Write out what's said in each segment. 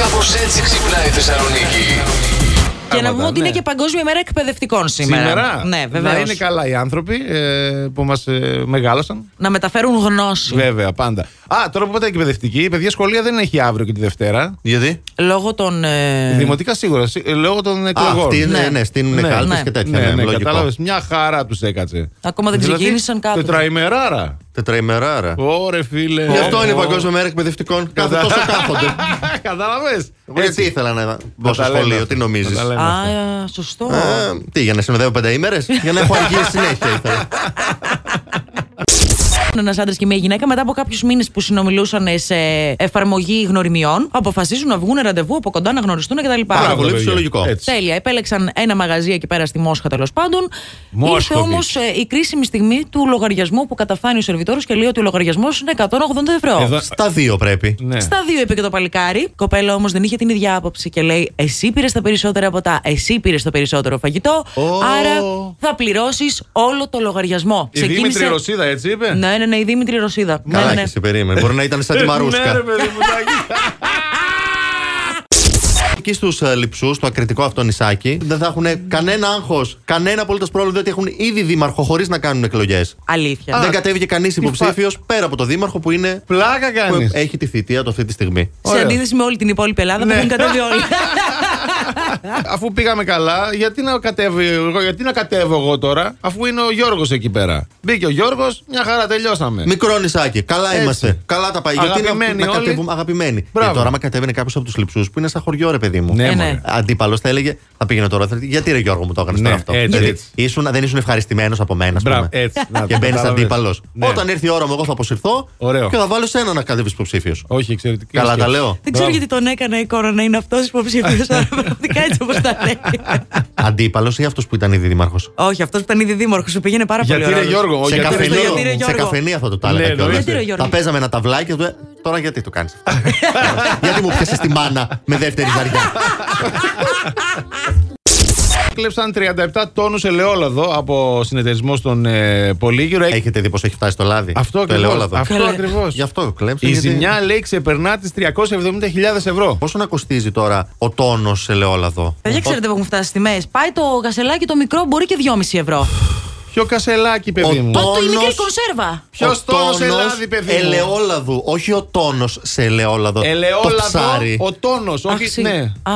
Κάπως έτσι ξυπνάει η Θεσσαλονίκη. Και να Άματα, πούμε ότι ναι. είναι και Παγκόσμια Μέρα Εκπαιδευτικών σήμερα. Σήμερα Ναι, βεβαίω. να είναι καλά οι άνθρωποι ε, που μας μεγάλωσαν. Να μεταφέρουν γνώση. Βέβαια, πάντα. Α, τώρα που είπατε εκπαιδευτική, η παιδιά σχολεία δεν έχει αύριο και τη Δευτέρα. Γιατί. Λόγω των. ε, Δημοτικά σίγουρα, σί- ε, λόγω των Α, εκλογών. αυτοί ναι, Ναι. ναι, στείλουν Ναι, κάλπες ναι. και τέτοια. Ναι, ναι, λογικό. κατάλαβες. Μια χαρά τους έκατσε. Δηλαδή, Ακόμα δεν ξεκίνησαν κάπου. Τετραημεράρα. Τετραημεράρα. Ωρε φίλε. Γι' αυτό είναι η Παγκόσμια Μέρα Εκπαιδευτικών. Κάθε τόσο κάθονται. Ε, Κατάλαβε. Εγώ έτσι ήθελα να μπω στο τα λέμε σχολείο, αυτά. τι νομίζεις. Τα λέμε. Α, ε, σωστό. Τι, για να συνοδεύω πενταήμερε, για να έχω αργήσει συνέχεια ήθελα. Ένας άντρας και μια γυναίκα μετά από κάποιους μήνες που συνομιλούσαν σε εφαρμογή γνωριμιών αποφασίζουν να βγουν ραντεβού από κοντά να γνωριστούν κτλ. Πάρα πολύ παιδιά. φυσιολογικό. Έτσι. Τέλεια. Επέλεξαν ένα μαγαζί εκεί πέρα στη Μόσχα τέλος πάντων. Μόσχοβη. Ήρθε όμω η κρίσιμη στιγμή του λογαριασμού που καταφθάνει ο σερβιτόρος και λέει ότι ο λογαριασμός είναι 180 ευρώ. Εδώ- Στα δύο πρέπει. Ναι. Στα δύο είπε και το παλικάρι. Η κοπέλα όμως δεν είχε την ίδια άποψη και λέει: Εσύ πήρες τα περισσότερα ποτά, εσύ πήρες το περισσότερο φαγητό. Ω. Άρα θα πληρώσεις όλο το λογαριασμό. Η Δήμητρη Ρωσίδα, έτσι είπε. Ναι, ναι, ναι, η Δήμητρη Ρωσίδα. Ναι, ναι, Καλά, ναι. και σε περίμενε. Μπορεί να ήταν σαν τη Ε, Ναι, ρε Μαρούσκα. παιδί μου, εντάξει. Εκεί στου λυψού, στο ακριτικό αυτό νησάκι, δεν θα έχουν κανένα άγχος, κανένα απολύτως πρόβλημα, διότι έχουν ήδη δήμαρχο χωρίς να κάνουν εκλογές. Αλήθεια. Δεν κατέβηκε κανείς υποψήφιο πέρα από το δήμαρχο που είναι. Πλάκα που κάνει. έχει τη θητεία του αυτή τη στιγμή. Σε Ωραία. αντίθεση με όλη την υπόλοιπη Ελλάδα Ναι. που έχουν κατέβει όλοι. Αφού πήγαμε καλά, γιατί να, κατέβει, εγώ- γιατί να κατέβω εγώ τώρα, αφού είναι ο Γιώργος εκεί πέρα. Μπήκε ο Γιώργος, μια χαρά τελειώσαμε. Ναι. Μικρό νησάκι. Καλά Έτσι. είμαστε. Καλά τα πάει. Αγαπημένοι Γιατί να, να όλοι. κατεβούμε αγαπημένοι. Μπράβο. Και τώρα, άμα κατέβαινε κάποιος από τους λυψού που είναι σαν χωριό, ρε παιδί μου. Ναι, Ε, ναι. μωρέ. Αντίπαλος θα έλεγε, θα πήγαινε τώρα. θα έλεγε, Γιατί ρε Γιώργο μου το έκανες Ναι, τώρα αυτό. έτσι, Δηλαδή, έτσι. ήσουν, δεν ήσουν ευχαριστημένος από μένα, ας Μπράβο, πούμε. έτσι. να το και μπαίνει κατάλαβες. αντίπαλος. Ναι. Όταν έρθει η ώρα μου, εγώ θα αποσυρθώ Ωραίο. και θα βάλω σε ένα να κατέβεις υποψήφιος. Όχι, εξαιρετική. Καλά σκέψη. τα λέω. Δεν ξέρω Μπράβο. γιατί τον έκανα εικόνα να είναι αυτός υποψήφιος. αλλά Πραγματικά έτσι όπως τα λέει. Αντίπαλος ή αυτός που ήταν ήδη δήμαρχος. Όχι, αυτός που ήταν ήδη δήμαρχος, σου πήγαινε πάρα πολύ. Γιατί ωραία. ρε Γιώργο, ο Σε γιατί ρε καφενείο, Γιατί ρε σε Γιώργο. καφενείο θα το τα Ναι, έλεγα εννοείται. κιόλας. Γιατί ρε Γιώργο. Θα παίζαμε ένα ταυλάκι και του λέ- Τώρα γιατί το κάνεις. γιατί μου πιάσε τη μάνα με δεύτερη ζαριά. Κλέψαν 37 τόνους ελαιόλαδο από συνεταιρισμό στον ε, Πολύγυρο. Έχει- Έχετε δει πώ έχει φτάσει το λάδι. Αυτό το ακριβώς. ελαιόλαδο. Αυτό Καλέ. ακριβώς. Γι' αυτό κλέψα. Η ζημιά λέει ξεπερνά τις 370.000 ευρώ. Πόσο να κοστίζει τώρα ο τόνος ελαιόλαδο. Παιδιά, Ε, ξέρετε που έχουν φτάσει στι τιμέ. Πάει το γασελάκι το μικρό, μπορεί και 2,5 ευρώ. Ποιο κασελάκι, παιδί Ο μου. τό- Μα το η μικρή Τόνος. κονσέρβα. Ποιος Ο τόνος τόνος ελάδι, παιδί μου. Ελαιόλαδου, όχι ο τόνος σε ελαιόλαδο. Το ψάρι. Ελαιόλαδο, ο τόνο. Αχ, Όχι, συ- ναι. Α,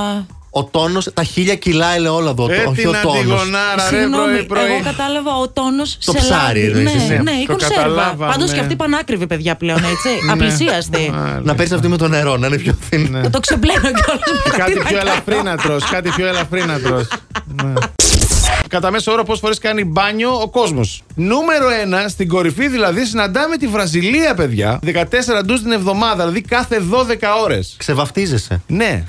Ο τόνο, τα χίλια κιλά ελαιόλαδο. Ε, όχι ο την τόνο. αντιγονάρα, ρε, Συγγνώμη, εγώ πρωί-πρωί. κατάλαβα ο τόνος σε ψάρι, λάδι. εννοείς Ναι, εσύ. ναι, η Το κονσέρβα. καταλάβαμε. Πάντως και αυτή πανάκριβη, παιδιά πλέον, έτσι. Ναι. Απλησίαστη. Να παίρνεις αυτή με το νερό, να είναι πιο φθηνή. Το- Το ξεπλένω κιόλας. Κάτι πιο ελαφρύ να τρως, κάτι πιο ελαφρύ να τρως. Ναι. Κατά μέσο όρο πόσες φορές κάνει μπάνιο ο κόσμος. Νούμερο 1, στην κορυφή δηλαδή συναντάμε τη Βραζιλία παιδιά. 14 ντους την εβδομάδα, δηλαδή κάθε 12 ώρες. Ξεβαφτίζεσαι. Ναι.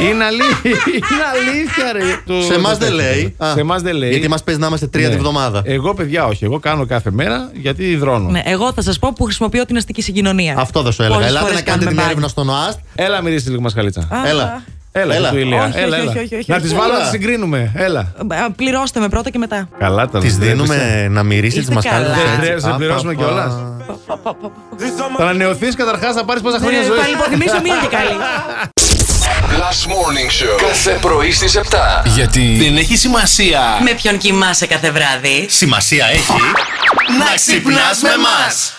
είναι, αλή- είναι αλήθεια ρε. Το- Σε εμάς το δεν τέτοιο. λέει. Α, Σε εμάς δεν λέει. Γιατί μας παίζει να είμαστε τρία Ναι. τη βδομάδα. Εγώ παιδιά όχι, εγώ κάνω κάθε μέρα γιατί υδρώνω. Ναι, εγώ θα σας πω που χρησιμοποιώ την αστική συγκοινωνία. Αυτό δεν σου έλεγα. Πολλές Ελάτε φορές να κάνετε κάνουμε την μπάνιο. έρευνα στον ΟΑΣΤ. Έλα μυρίσει λίγο μασχαλίτσα. Α, Έλα. Έλα, έλα. του Ηλία. Όχι, έλα, όχι, έλα. όχι, όχι, όχι, να όχι. τις βάλω να Έλα. τις συγκρίνουμε. Έλα. Α, Πληρώστε με πρώτα και μετά. Καλά τα Τη δουλεύεις, ε. δίνουμε να μυρίσει Είστε τι μασχάλε. καλά. Δεν τρέπεσαι, πληρώσουμε κιόλας. Θα ανανεωθείς καταρχάς, θα πάρεις πόσα χρόνια Ναι, ζωής. Θα λιποθυμίσω μία και καλή. Last Morning Show. Κάθε πρωί στις 7. Γιατί δεν έχει σημασία. Με ποιον κοιμάσαι κάθε βράδυ. Σημασία έχει Να ξυπνάς με μας.